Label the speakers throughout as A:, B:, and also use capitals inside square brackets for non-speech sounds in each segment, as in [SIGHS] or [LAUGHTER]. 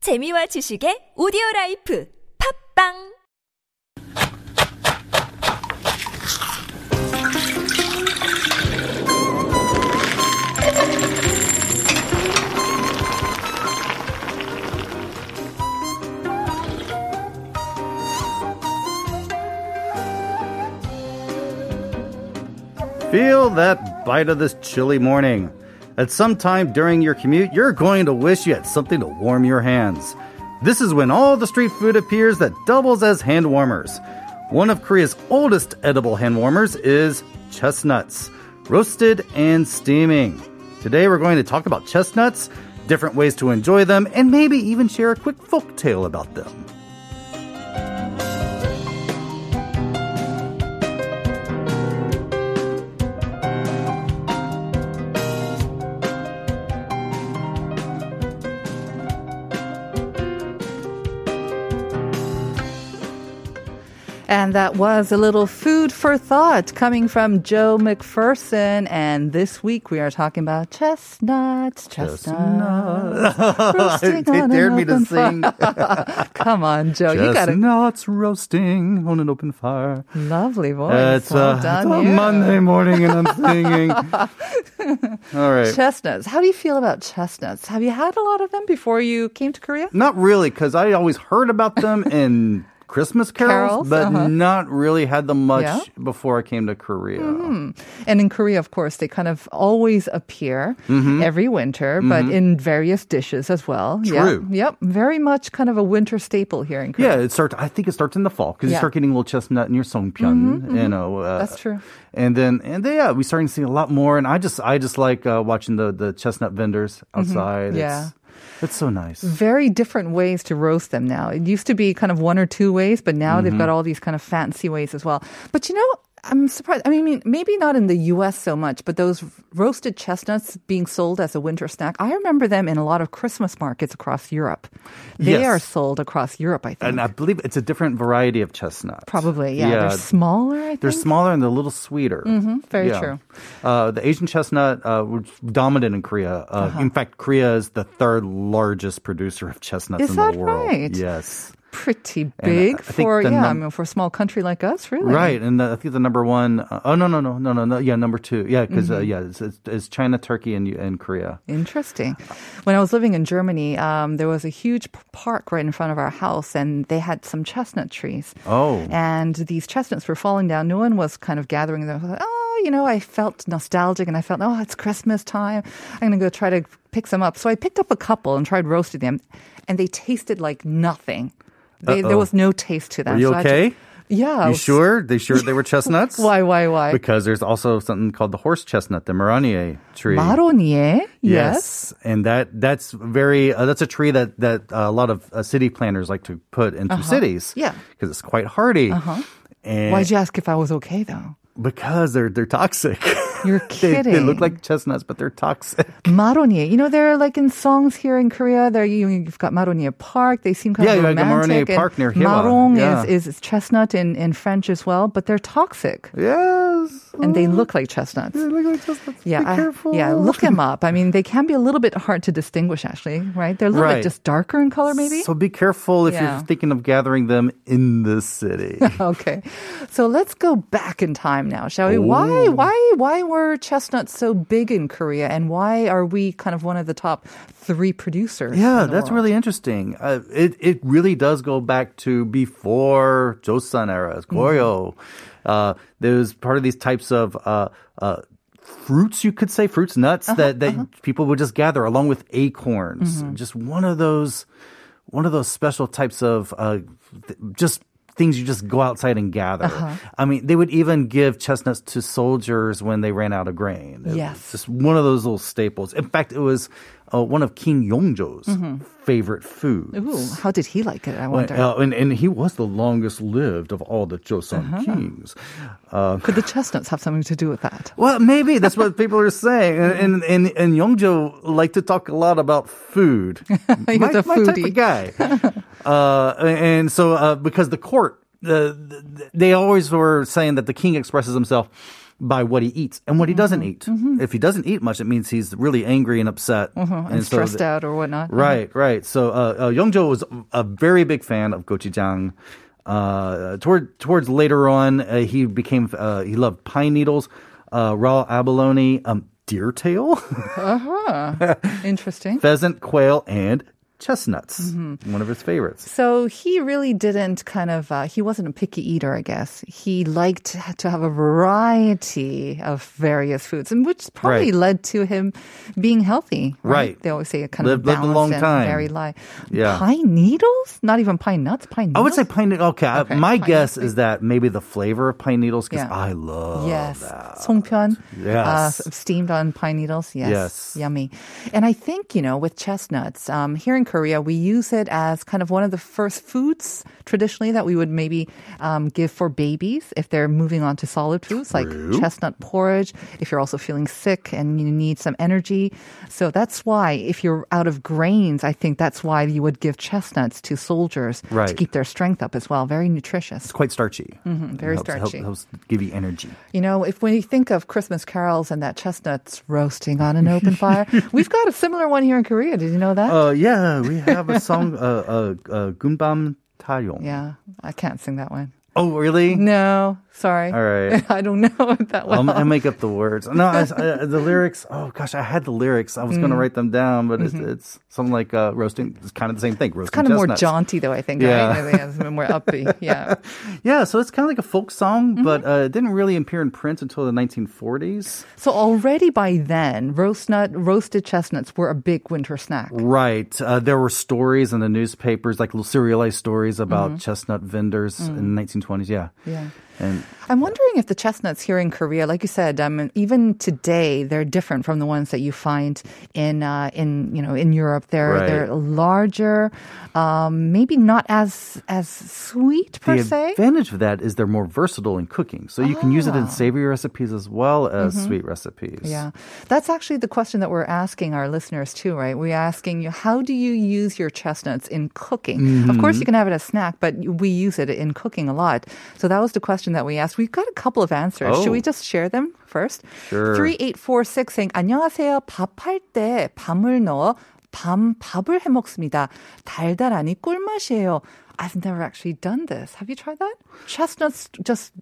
A: 재미와 지식의 오디오 라이프 팝빵
B: Feel that bite of this chilly morning. At some time during your commute, you're going to wish you had something to warm your hands. This is when all the street food appears that doubles as hand warmers. One of Korea's oldest edible hand warmers is chestnuts, roasted and steaming. Today we're going to talk about chestnuts, different ways to enjoy them, and maybe even share a quick folk tale about them.
C: And that was a little food for thought coming from Joe McPherson. And this week we are talking about chestnuts, chestnuts.
B: [LAUGHS] they
C: roasting on
B: dared
C: an
B: me to
C: open
B: sing.
C: fire. [LAUGHS] Come on, Joe. You got a
B: Chestnuts roasting on an open fire.
C: lovely voice.
B: It's,
C: well
B: uh,
C: done,
B: it's a
C: you.
B: Monday morning and I'm
C: [LAUGHS]
B: singing. All right.
C: Chestnuts. How do you feel about chestnuts? Have you had a lot of them before you came to Korea?
B: Not really, because I always heard about
C: [LAUGHS]
B: them in Christmas carols,
C: Carols,
B: but
C: uh-huh.
B: not really had them much
C: Yeah. Mm-hmm.
B: before I came to Korea.
C: And in Korea, of course, they kind of always appear
B: Mm-hmm.
C: every winter, but in various dishes as well.
B: True.
C: Yep. Yep. Very much kind of a winter staple here in Korea.
B: Yeah, it starts. I think it starts in the fall because you
C: Yeah. Mm-hmm,
B: start getting a little chestnut in your songpyeon, you know. Uh,
C: That's true.
B: And then, and then, yeah, we starting to see a lot more. And I just, I just like uh, watching the the chestnut vendors outside.
C: Mm-hmm. Yeah. Mm.
B: It's, it's so nice.
C: very different ways to roast them now. It used to be kind of one or two ways, but now
B: Mm-hmm.
C: they've got all these kind of fancy ways as well. But you know, I'm surprised. I mean, maybe not in the US so much, but those roasted chestnuts being sold as a winter snack, I remember them in a lot of Christmas markets across Europe. They
B: Yes.
C: are sold across Europe, I think.
B: and uh, I believe it's a different variety of chestnut.
C: Probably, yeah. They're smaller, I think.
B: They're smaller and they're a little sweeter. Mm-hmm,
C: Mm-hmm. very true.
B: Uh, the Asian chestnut uh, was dominant in Korea. Uh,
C: Uh-huh.
B: In fact, Korea is the third largest producer of chestnuts
C: Is
B: in
C: that
B: the world.
C: right?
B: Yes.
C: Pretty
B: And uh,
C: big
B: I think
C: for
B: the
C: yeah, I
B: num-
C: mean, for a small country like us, really.
B: Right, and the, I think the number one uh, oh no no no no no no yeah number two yeah because
C: Mm-hmm.
B: uh, yeah it's, it's, it's China Turkey and and Korea
C: Interesting. When I was living in Germany, um, there was a huge p- park right in front of our house, and they had some chestnut trees.
B: Oh.
C: And these chestnuts were falling down. No one was kind of gathering them. I was like, oh, you know, I felt nostalgic, and I felt, oh, it's Christmas time. I'm going to go try to pick some up. So I picked up a couple and tried roasting them, and they tasted like nothing. They, there was no taste to them.
B: Are you
C: So I had to-
B: okay?
C: yeah.
B: you
C: I was-
B: sure? They sure they were
C: [LAUGHS]
B: chestnuts?
C: Oh, Why, why, why?
B: Because there's also something called the horse chestnut, the Maronier tree.
C: Maronier? Yes.
B: and that that's very uh, that's a tree that that uh, a lot of uh, city planners like to put into cities.
C: Uh-huh. Yeah.
B: because it's quite hardy. Uh-huh. And
C: Why'd you ask if I was okay, though?
B: because they're they're toxic. [LAUGHS]
C: You're
B: they,
C: kidding.
B: they look like chestnuts, but they're toxic. [LAUGHS]
C: Maronye. You know, they're like in songs here in Korea. There you, you've got Maronye Park. They seem kind
B: Yeah,
C: of
B: you have the
C: romantic.
B: Maronier Park near Hila.
C: Marong
B: Yeah.
C: is, is chestnut in, in French as well, but they're toxic.
B: yes,
C: And they look like chestnuts.
B: they look like chestnuts.
C: Yeah,
B: Mm, Be
C: I-
B: careful.
C: yeah. Look them up. I mean, they can be a little bit hard to distinguish, actually, right? They're a little
B: Right.
C: bit just darker in color, maybe.
B: [LAUGHS] So be careful if
C: Yeah.
B: you're thinking of gathering them in the city.
C: [LAUGHS] okay, so let's go back in time now, shall we? Why, why, why were chestnuts so big in Korea, and why are we kind of one of the top three producers?
B: Yeah,
C: in the
B: that's
C: world?
B: really interesting. Uh, it it really does go back to before Joseon era, Goryeo. Uh, there's part of these types of uh, uh, fruits, you could say, fruits, nuts that that people would just gather along with acorns. Just one of those, one of those special types of uh, th- just. Things you just go outside and gather. I mean, they would even give chestnuts to soldiers when they ran out of grain. It-
C: Yes.
B: just one of those little staples. In fact, it was uh, one of King Yongjo's favorite foods.
C: Ooh, how did he like it? I
B: Uh,
C: wonder.
B: and, and he was the longest lived of all the Joseon
C: Uh-huh.
B: kings.
C: Could the chestnuts have something to do with that?
B: [LAUGHS] Well, maybe that's what people are saying. And and and, and Yongjo liked to talk a lot about
C: [LAUGHS]
B: food. He's my, my
C: a
B: type
C: foodie.
B: of guy.
C: [LAUGHS]
B: uh, and so uh, because the court, uh, they always were saying that the king expresses himself. by what he eats and what he doesn't eat.
C: Mm-hmm.
B: If he doesn't eat much, it means he's really angry and upset
C: Mm-hmm. and, stressed out or whatnot.
B: Right, right. So uh, uh, Youngjo was a very big fan of gochujang. Uh, toward towards later on, uh, he became uh, he loved pine needles, uh, raw abalone, um, deer tail, [LAUGHS]
C: Interesting.
B: pheasant, quail, and chestnuts. One of his favorites.
C: So he really didn't kind of, uh, he wasn't a picky eater, I guess. He liked to have a variety of various foods, and which probably
B: Right.
C: led to him being healthy. Right.
B: Right.
C: They always say a kind of
B: Lived- lived a
C: balanced
B: long
C: and
B: time.
C: very light.
B: Yeah.
C: Pine needles? Not even pine nuts, pine needles?
B: I would say pine needle. Okay, I-
C: Okay,
B: my
C: pine
B: guess is that maybe the flavor of pine needles because
C: Yeah.
B: I love
C: Yes.
B: that.
C: Songpyeon. Uh,
B: Yes.
C: steamed on pine needles. Yes.
B: Yes.
C: Yummy. And I think, you know, with chestnuts, um, here in Korea, we use it as kind of one of the first foods traditionally that we would maybe um, give for babies if they're moving on to solid foods like
B: True.
C: chestnut porridge, if you're also feeling sick and you need some energy. So that's why if you're out of grains, I think that's why you would give chestnuts to soldiers to
B: Right.
C: keep their strength up as well. Very nutritious.
B: It's quite starchy. Mm-hmm,
C: very
B: helps,
C: starchy.
B: Helps, helps give you energy.
C: You know, if we think of Christmas carols and that chestnuts roasting on an
B: [LAUGHS]
C: open fire, we've got a similar one here in Korea. Did you know that?
B: Uh, yeah, we have a song, [LAUGHS] uh, uh, uh, Gumbam Taryong.
C: yeah, I can't sing that one.
B: Oh, really?
C: No, sorry.
B: All right.
C: [LAUGHS] I don't know it that well.
B: Um,
C: [LAUGHS]
B: I make up the words. No, I, I, the lyrics. Oh gosh, I had the lyrics. I was
C: Mm-hmm.
B: going to write them down, but it's, it's something like uh, roasting. It's kind of the same thing. Roasting
C: kind of Mm-hmm. more
B: chestnuts.
C: jaunty, though, I think.
B: Yeah.
C: Right? Yeah, it's
B: [LAUGHS]
C: more upbeat. Yeah.
B: Yeah, so it's kind of like a folk song,
C: Mm-hmm.
B: but uh, it didn't really appear in print until the 1940s.
C: So already by then, roast nut, roasted chestnuts were a big winter snack.
B: Right. Uh, there were stories in the newspapers, like little serialized stories about chestnut vendors in the 1920s. Yeah.
C: Mm-hmm. Mm. Yeah.
B: And
C: I'm wondering if the chestnuts here in Korea, like you said, um, even today they're different from the ones that you find in uh, in you know in Europe. They're
B: Right.
C: they're larger, um, maybe not as as sweet per
B: the
C: se. Ah.
B: advantage of that is they're more versatile in cooking. So you can use it in savory recipes as well as sweet recipes.
C: Mm-hmm. Yeah, that's actually the question that we're asking our listeners too, right? We're asking you, how do you use your chestnuts in cooking? Of course,
B: Mm-hmm.
C: you can have it as snack, but we use it in cooking a lot. So that was the question that we asked. We've got a couple of answers. Should
B: Oh.
C: we just share them first?
B: Sure.
C: 3846 saying, 안녕하세요. 밥할 때 밤을 넣어 밤 밥을 해 먹습니다. 달달하니 꿀맛이에요. I've never actually done this. Have you tried that? Chestnuts just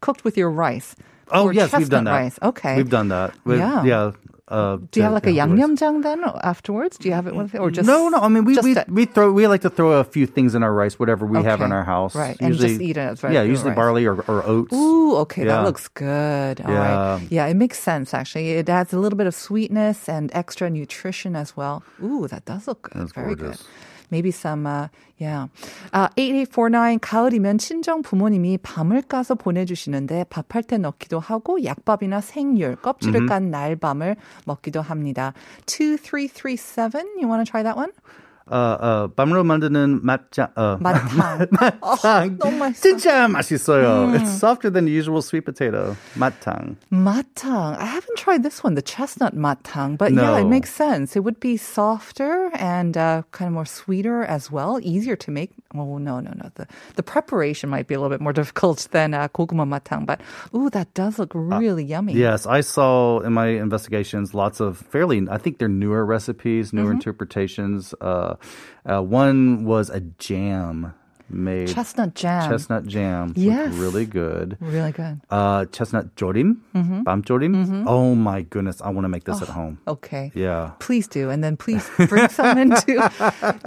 C: cooked with your rice.
B: Oh,
C: Or
B: yes, we've done
C: chestnut
B: that.
C: rice. Okay.
B: We've done that. We've-
C: Yeah.
B: Yeah. Uh,
C: Do you have like a yangnyeomjang then afterwards? Do you have it with or just
B: No, no. I mean, we
C: just
B: we,
C: that-
B: we throw we like to throw a few things in our rice, whatever we have in
C: Okay.
B: our house.
C: Right, and just eat it as
B: Yeah,
C: regular
B: usually
C: rice.
B: barley or, or oats.
C: Ooh, okay,
B: Yeah.
C: that looks good. All right, yeah. it makes sense actually. It adds a little bit of sweetness and extra nutrition as well. Ooh, that does look good.
B: That's
C: Very
B: gorgeous.
C: good. Maybe some, uh, yeah. Uh, 8849, 가을이면 친정 부모님이 밤을 까서 보내주시는데 밥할 때 넣기도 하고 약밥이나 생율, 껍질을 깐 날밤을 먹기도 합니다. 2337, you want to try that one?
B: [LAUGHS] 어, 어, 밤으로 만드는 맛장. 어, [LAUGHS]
C: [LAUGHS] 마탕. Oh,
B: 맛탕.
C: 너무 맛있어.
B: 진짜 맛있어요. It's
C: Mm.
B: softer than the usual sweet potato. 맛탕.
C: Matang. I haven't tried this one, the chestnut matang, but yeah, it
B: No.
C: makes sense. It would be softer and uh, kind of more sweeter as well, easier to make. Oh no, no, no. The the preparation might be a little bit more [LAUGHS] difficult than uh, goguma matang, but ooh, that does look really yummy.
B: Yes, I saw in my investigations lots of fairly, I think they're newer recipes, newer
C: Mm-hmm.
B: interpretations. Uh, uh, one was a jam made.
C: Chestnut jam.
B: Chestnut jam.
C: Yes.
B: Looked really good.
C: Really good.
B: Uh, chestnut jorim,
C: Mm-hmm.
B: bam jorim. Oh my goodness, I want to make this at
C: Oh.
B: home.
C: Okay.
B: Yeah.
C: Please do. And then please bring some in
B: [LAUGHS]
C: too.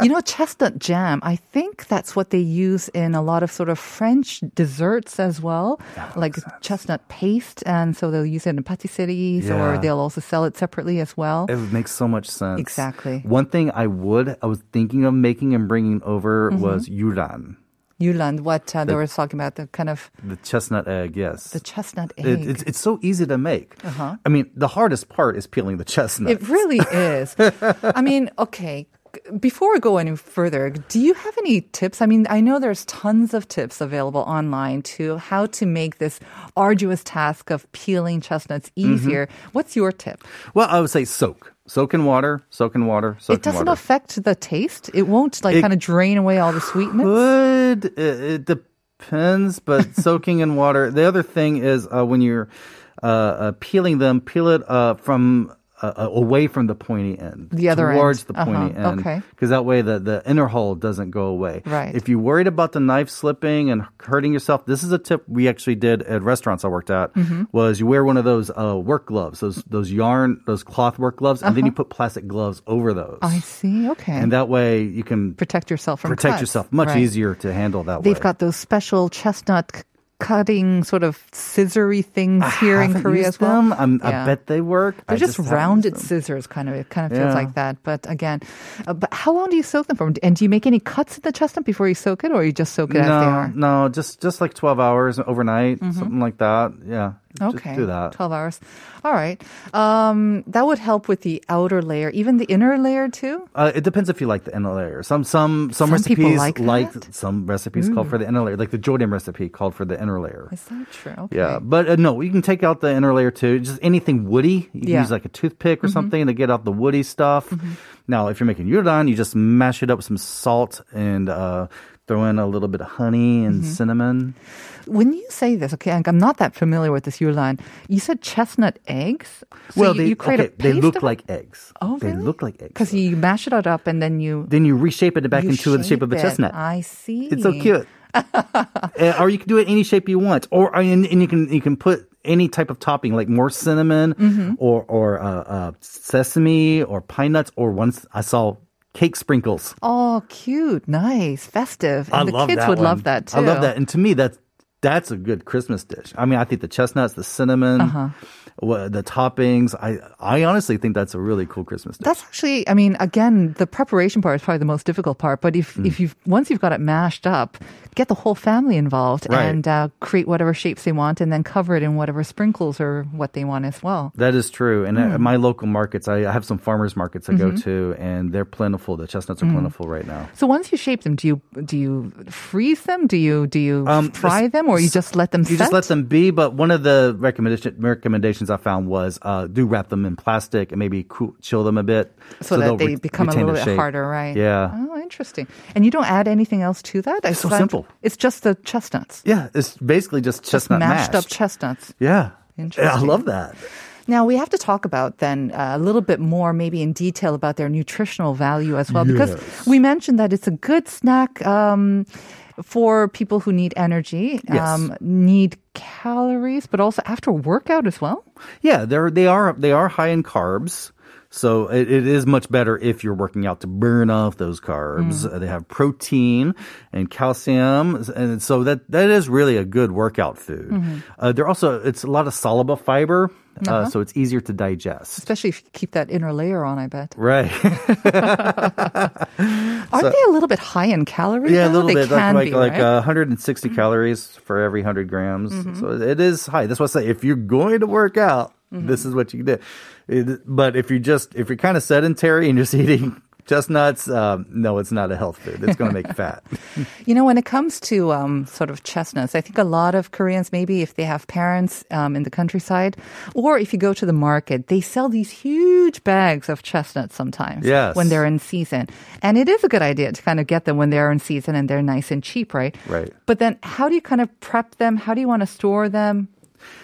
C: You know, chestnut jam, I think that's what they use in a lot of sort of French desserts as well, like chestnut paste. And so they'll use it in patisseries or
B: Yeah.
C: they'll also sell it separately as well.
B: It makes so much sense.
C: Exactly.
B: One thing I would, I was thinking of making and bringing over
C: Mm-hmm.
B: was yuran,
C: Yuland, what uh, they were talking about, the kind of
B: the chestnut egg. Yes.
C: the chestnut egg.
B: It, it's, it's so easy to make. Uh-huh. I mean, the hardest part is peeling the chestnut. [LAUGHS]
C: It really is. I mean, okay. Before we go any further, do you have any tips? I mean, I know there's tons of tips available online to how to make this arduous task of peeling chestnuts
B: Mm-hmm.
C: easier. What's your tip?
B: well, I would say soak. Soak in water, soak in water, soak
C: It doesn't
B: in water.
C: affect the taste. It won't like
B: It
C: kind of drain away all the sweetness. [LAUGHS]
B: Would it, it depends, but soaking in water. The other thing is uh, when you're uh, peeling them, peel it from uh, away from the pointy end,
C: The other
B: towards
C: end.
B: the pointy
C: Uh-huh.
B: end,
C: Okay.
B: because that way the, the inner hole doesn't go away.
C: Right.
B: If you're worried about the knife slipping and hurting yourself, this is a tip we actually did at restaurants I worked at.
C: Mm-hmm.
B: Was you wear one of those uh, work gloves, those those yarn, those cloth work gloves, and then you put plastic gloves over those,
C: Uh-huh. Oh, I see. Okay.
B: and that way you can
C: protect yourself from
B: protect
C: cuts.
B: yourself much
C: Right.
B: easier to handle that way.
C: They've got those special chestnut c- cutting sort of scissory things here in
B: Haven't
C: Korea
B: used
C: as well.
B: them. I'm- i
C: Yeah.
B: bet they work. I
C: They're just,
B: haven't used
C: rounded
B: them.
C: scissors, kind of. It kind of
B: Yeah.
C: feels like that. But again, uh, but how long do you soak them for? And do you make any cuts in the chestnut before you soak it, or you just soak it as they
B: No,
C: are?
B: no, just just like twelve hours overnight, something like that. Yeah, just
C: Okay.
B: do that.
C: 12 hours. All right. Um, that would help with the outer layer, even the inner layer too.
B: Uh, it depends if you like the inner layer. Some some some,
C: Some people
B: recipes
C: like that?
B: some recipes call for the inner layer, like the Jordan recipe called for the inner layer.
C: Is that true? Okay.
B: Yeah, but uh, no, you can take out the inner layer too. Just anything woody. You can
C: Yeah. Mm-hmm.
B: use like a toothpick or something to get out the woody stuff. Now, if you're making udon, you just mash it up with some salt and uh, throw in a little bit of honey
C: Mm-hmm.
B: and cinnamon.
C: When you say this, okay, I'm not that familiar with this Yulon. You said chestnut eggs. So you,
B: they,
C: you create
B: okay,
C: a paste
B: they look
C: of-
B: like eggs.
C: Oh,
B: they
C: really?
B: look like eggs.
C: because you mash it up and then you
B: then you reshape it back
C: you
B: into the shape of a
C: it.
B: chestnut.
C: I see.
B: It's so cute. Uh, or you can do it any shape you want, or and, and you can you can put any type of topping, like more cinnamon,
C: Mm-hmm.
B: or or uh, uh, sesame, or pine nuts, or once I saw cake sprinkles.
C: Oh, cute, nice, festive. And
B: I
C: Oh, the
B: love
C: kids
B: that
C: would
B: one.
C: love that too.
B: I love that, and to me that's that's a good Christmas dish. I mean, I think the chestnuts, the cinnamon,
C: Uh-huh.
B: wha- the toppings. I I honestly think that's a really cool Christmas dish.
C: That's actually, I mean, again, the preparation part is probably the most difficult part. But if
B: Hmm.
C: if you've once you've got it mashed up, get the whole family involved
B: Right.
C: and uh, create whatever shapes they want, and then cover it in whatever sprinkles or what they want as well.
B: That is true. And
C: Hmm.
B: at my local markets, I I have some farmers markets I go
C: Mm-hmm.
B: to, and they're plentiful. The chestnuts are plentiful right now.
C: So once you shape them, do you do you freeze them? Do you do you fry them, or you just let
B: Um,
C: them
B: You
C: set?
B: just let them be, but one of the recommendation, recommendations I found was uh, do wrap them in plastic and maybe cool, chill them a bit
C: so,
B: they'll
C: that they
B: re-
C: become a
B: retain
C: little
B: their
C: bit
B: shape.
C: harder, right?
B: Yeah.
C: Oh, interesting. And you don't add anything else to that. It's
B: so simple.
C: It's just the chestnuts,
B: Yeah, it's basically just chestnut
C: mashed up
B: mashed.
C: chestnuts.
B: yeah.
C: Interesting.
B: Yeah, I love that.
C: Now we have to talk about then uh, a little bit more, maybe in detail, about their nutritional value as well, because we mentioned that it's a good snack um, for people who need energy, um,
B: Yes.
C: need calories, but also after workout as well.
B: Yeah, they're they are they are high in carbs. So it, it is much better if you're working out to burn off those carbs. Uh, They have protein and calcium, and so that that is really a good workout food. Uh, they're also it's a lot of soluble fiber, uh, so it's easier to digest.
C: Especially if you keep that inner layer on, I bet.
B: Right? [LAUGHS]
C: Aren't they a little bit high in calories?
B: yeah, a
C: though?
B: little
C: they
B: bit
C: Can
B: like like,
C: be,
B: like
C: right? Mm-hmm.
B: uh, 160 calories for every 100 grams. So it is high. That's why I say if you're going to work out,
C: Mm-hmm.
B: this is what you do. It- but if you just if you're kind of sedentary and just [LAUGHS] eating chestnuts, um, no, it's not a health food. It's going to make you fat.
C: You know, when it comes to um, sort of chestnuts, I think a lot of Koreans, maybe if they have parents um, in the countryside, or if you go to the market, they sell these huge bags of chestnuts sometimes
B: Yes.
C: when they're in season. And it is a good idea to kind of get them when they're in season and they're nice and cheap, right?
B: Right.
C: But then how do you kind of prep them? How do you want to store them?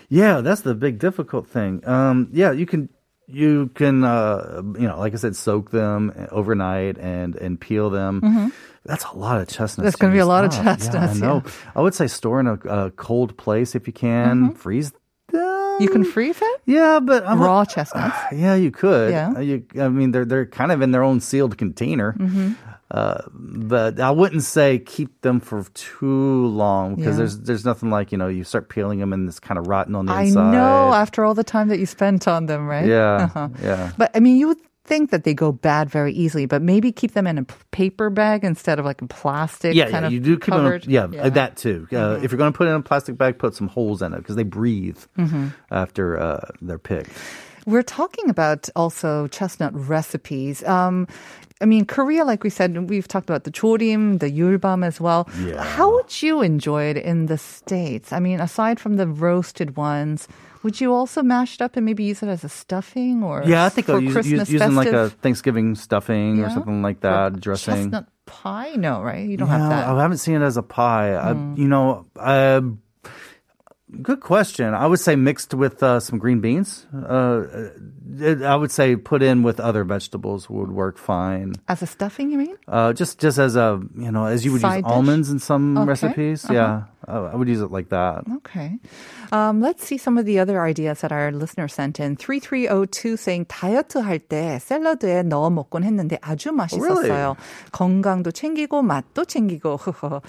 B: Yeah, that's the big difficult thing. Um, yeah, you can you can uh, you know like I said, soak them overnight and and peel them. That's a lot of chestnuts.
C: Mm-hmm. That's gonna be a
B: used
C: lot of
B: up.
C: chestnuts,
B: Yeah, I know. I would say store in a, a cold place if you can. Freeze them.
C: Mm-hmm. You can freeze it?
B: Yeah, but I'm
C: Raw chestnuts.
B: [SIGHS] yeah, you could.
C: Yeah.
B: Uh, You, I mean, they're they're kind of in their own sealed container,
C: Mm-hmm.
B: uh, but I wouldn't say keep them for too long because
C: Yeah.
B: there's there's nothing like you know you start peeling them and it's kind of rotten on the
C: I
B: inside.
C: know after all the time that you spent on them, right? Uh-huh.
B: Yeah, yeah.
C: But I mean, you would think that they go bad very easily, but maybe keep them in a p- paper bag instead of like a plastic
B: Yeah,
C: kind
B: yeah,
C: of
B: you do keep
C: covered.
B: them. Yeah, uh, that too. Uh, If you're going to put it in a plastic bag, put some holes in it because they breathe
C: Mm-hmm.
B: after uh, they're picked.
C: We're talking about also chestnut recipes. Um, I mean, Korea, like we said, we've talked about the chorim, the yulbam as well.
B: Yeah.
C: How would you enjoy it in the States? I mean, aside from the roasted ones, would you also mash it up and maybe use it as a stuffing or
B: Yeah, I think
C: for
B: I'll use,
C: Christmas
B: use, using like a
C: festive?
B: Thanksgiving stuffing or
C: Yeah.
B: something like
C: For
B: that, dressing.
C: Chestnut pie? No, right? You don't Hmm.
B: No,
C: have that.
B: I haven't seen it as a pie. I, you know, uh, Good question. I would say mixed with uh, some green beans. Uh, it- I would say put in with other vegetables would work fine.
C: As a stuffing, you mean?
B: Uh, just just as a you know as you would use
C: Side dish?
B: almonds in some
C: Okay, Uh-huh.
B: recipes. Yeah, uh, I would use it like that.
C: Okay. Um, let's see some of the other ideas that our listener sent in. 3302 saying 다이어트 할 때 샐러드에 넣어 먹곤 했는데 아주
B: Oh,
C: 맛있었어요.
B: Really?
C: 건강도 챙기고 맛도 챙기고. [LAUGHS]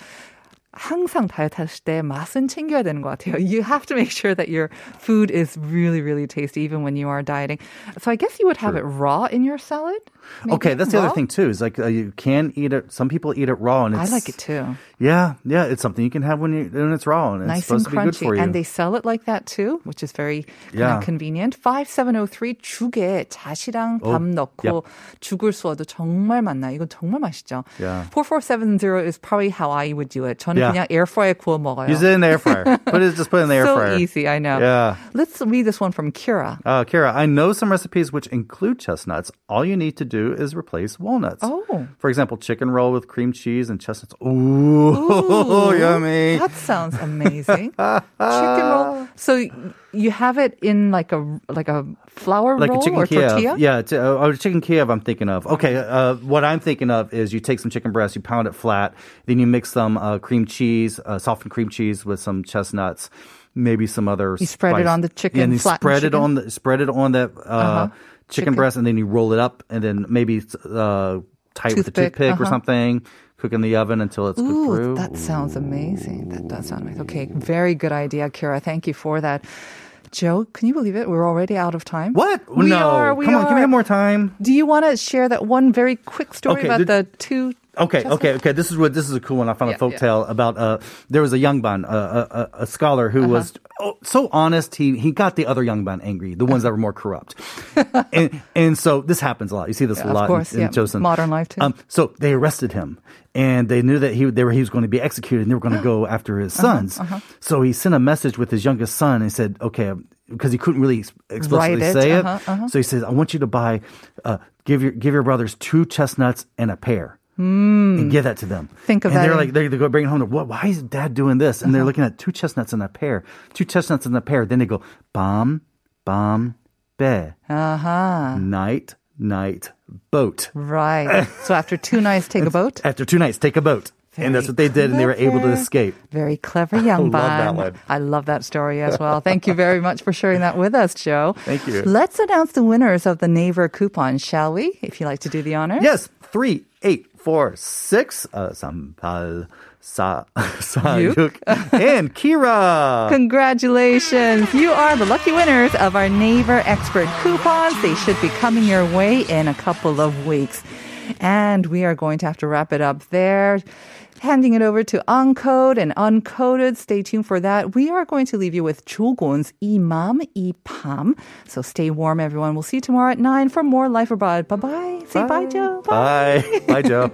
C: 항상 다이어트 하실 때 맛은 챙겨야 되는 것 같아요. You have to make sure that your food is really, really tasty even when you are dieting. So I guess you would have it raw in your salad? maybe?
B: Okay, that's the other
C: Raw?
B: thing too. Is like uh, you can eat it. Some people eat it raw, and
C: I
B: it's,
C: like it too.
B: Yeah, yeah, it's something you can have when you when it's raw, and it's
C: nice and
B: supposed to be good
C: crunchy.
B: for you.
C: And they sell it like that too, which is very kind
B: Yeah.
C: of convenient. 5703 죽에 자시랑
B: Oh,
C: 밥 넣고 죽을 쏘아도 정말 맛나. 이거 정말 맛있죠.
B: Yeah.
C: 4470 is probably how I would do it. 저는
B: Yeah.
C: 그냥 에어프라이에 구워 먹어요.
B: use it in the air
C: [LAUGHS]
B: fryer. put it just put it in the air
C: so
B: fryer.
C: easy, I know.
B: Yeah.
C: Let's read this one from Kira.
B: Uh, Kara, I know some recipes which include chestnuts. All you need to do is replace walnuts.
C: Oh.
B: For example, chicken roll with cream cheese and chestnuts. Ooh, [LAUGHS] yummy.
C: That sounds amazing. Chicken roll. So you have it in like a like a flour
B: Like
C: roll
B: a chicken
C: or
B: Kiev.
C: tortilla?
B: Yeah, it's, uh, or chicken Kiev I'm thinking of. Okay, uh, what I'm thinking of is you take some chicken breast, you pound it flat, then you mix some uh, cream cheese, uh, softened cream cheese with some chestnuts, maybe some other
C: You spread it
B: spice.
C: on the chicken,
B: And you
C: flattened
B: spread it
C: chicken? Uh-huh.
B: on the spread it on that uh, chicken,
C: Chicken.
B: breast and then you roll it up and then maybe uh, tight with a
C: Toothpick,
B: toothpick or
C: uh-huh.
B: something. Cook in the oven until it's cooked
C: Ooh,
B: through.
C: that sounds amazing. That does sound amazing. Okay, very good idea, Kira. Thank you for that. Joe, can you believe it? We're already out of time.
B: What?
C: We
B: no.
C: are. We
B: Come on,
C: are.
B: can we have more time?
C: Do you want to share that one very quick story
B: Okay,
C: about
B: did-
C: the two?
B: Okay,
C: Chestnut?
B: okay, okay. This is what this is a cool one. I found a
C: Yeah,
B: folk tale about uh, there was a young man, uh, a, a, a scholar who
C: Uh-huh.
B: was oh, so honest. He he got the other young man angry, the ones that were more
C: [LAUGHS]
B: corrupt, and and so this happens a lot. You see this a
C: of
B: lot
C: course,
B: in, in
C: yeah.
B: Joseon.
C: Modern life, too.
B: Um, so they arrested him, and they knew that he they were, he was going to be executed, and they were
C: [GASPS]
B: going to go after his
C: Uh-huh,
B: sons. So he sent a message with his youngest son and said, "Okay." Because he couldn't really ex- explicitly
C: it,
B: say it,
C: uh-huh, uh-huh.
B: so he says, "I want you to buy, uh, give your give your brothers two chestnuts and a pear." and give that to them.
C: Mm. Think Uh-huh.
B: and
C: of that
B: They're
C: in-
B: like they they go bring it home. What? Why is Dad doing this? And they're looking at two chestnuts and a pear. Two chestnuts and a pear. Then they go bomb, bomb, be
C: Uh huh.
B: night, night, boat. [LAUGHS]
C: Right. so after two nights, take a boat.
B: After two nights, take a boat, and that's what they did, and they were able to
C: clever.
B: escape.
C: Very
B: [LAUGHS]
C: clever young
B: love that one.
C: man. I love that story as well. Thank you very much for sharing that with us, Joe.
B: Thank you.
C: Let's announce the winners of the Naver coupon, shall we? If you like to do the honor.
B: Yes, three, eight, four, six. Uh, Sampal, Sa, [LAUGHS] Sayuk, and Kira.
C: [LAUGHS] Congratulations! You are the lucky winners of our Naver Expert coupons. They should be coming your way in a couple of weeks. And we are going to have to wrap it up there. Handing it over to Uncode and Uncoded. Stay tuned for that. We are going to leave you with Chogun's Imam Ipam. So stay warm, everyone. We'll see you tomorrow at 9 for [LAUGHS] more Life Abroad. Bye-bye. Say bye, Joe.
B: Bye, bye, Joe.